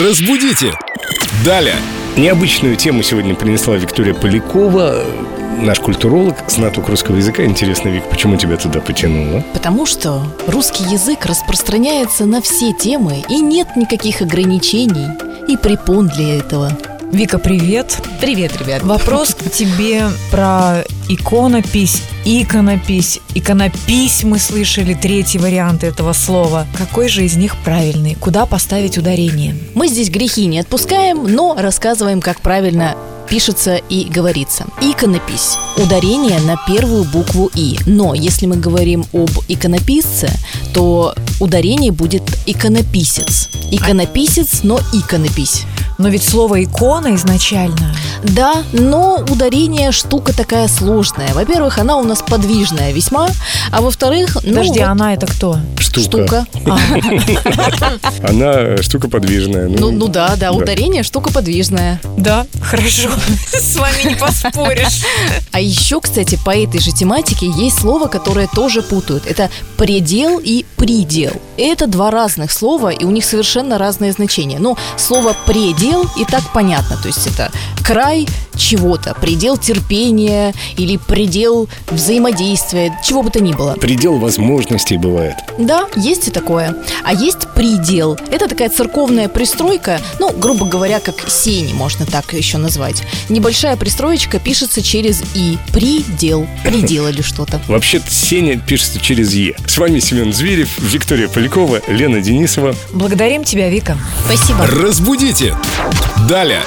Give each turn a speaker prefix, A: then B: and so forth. A: Разбудите! Далее!
B: Необычную тему сегодня принесла Виктория Полякова, наш культуролог, знаток русского языка. Интересно, Вик, почему тебя туда потянуло?
C: Потому что русский язык распространяется на все темы и нет никаких ограничений и препон для этого.
D: Вика, привет.
C: Привет, ребят.
D: Вопрос к тебе про иконопись, иконопись, иконопись мы слышали, третий вариант этого слова. Какой же из них правильный? Куда поставить ударение?
C: Мы здесь грехи не отпускаем, но рассказываем, как правильно пишется и говорится. Иконопись. Ударение на первую букву «и». Но если мы говорим об иконописце, то ударение будет иконописец. Иконописец, но иконопись.
D: Но ведь слово икона изначально.
C: Да, но ударение штука такая сложная. Во-первых, она у нас подвижная весьма, а во-вторых, ну,
D: Подожди, а
C: вот
D: она это кто?
B: Штука.
C: штука. А,
B: Она э, штука подвижная.
C: ну, ну да, да, ударение штука подвижная.
D: Да, хорошо. С вами не поспоришь.
C: А еще, кстати, по этой же тематике есть слово, которое тоже путают. Это предел и придел. Это два разных слова, и у них совершенно разное значение. Но слово предел и так понятно. То есть это край чего-то, предел терпения или предел взаимодействия, чего бы то ни было.
B: Предел возможностей бывает.
C: Да, есть и такое. А есть придел. Это такая церковная пристройка, ну, грубо говоря, как сени, можно так еще назвать. Небольшая пристроечка пишется через «и». Придел. Приделали что-то.
B: Вообще-то Сеня пишется через Е. С вами Семен Зверев, Виктория Полякова, Лена Денисова.
D: Благодарим тебя, Вика.
C: Спасибо.
A: Разбудите! Далее!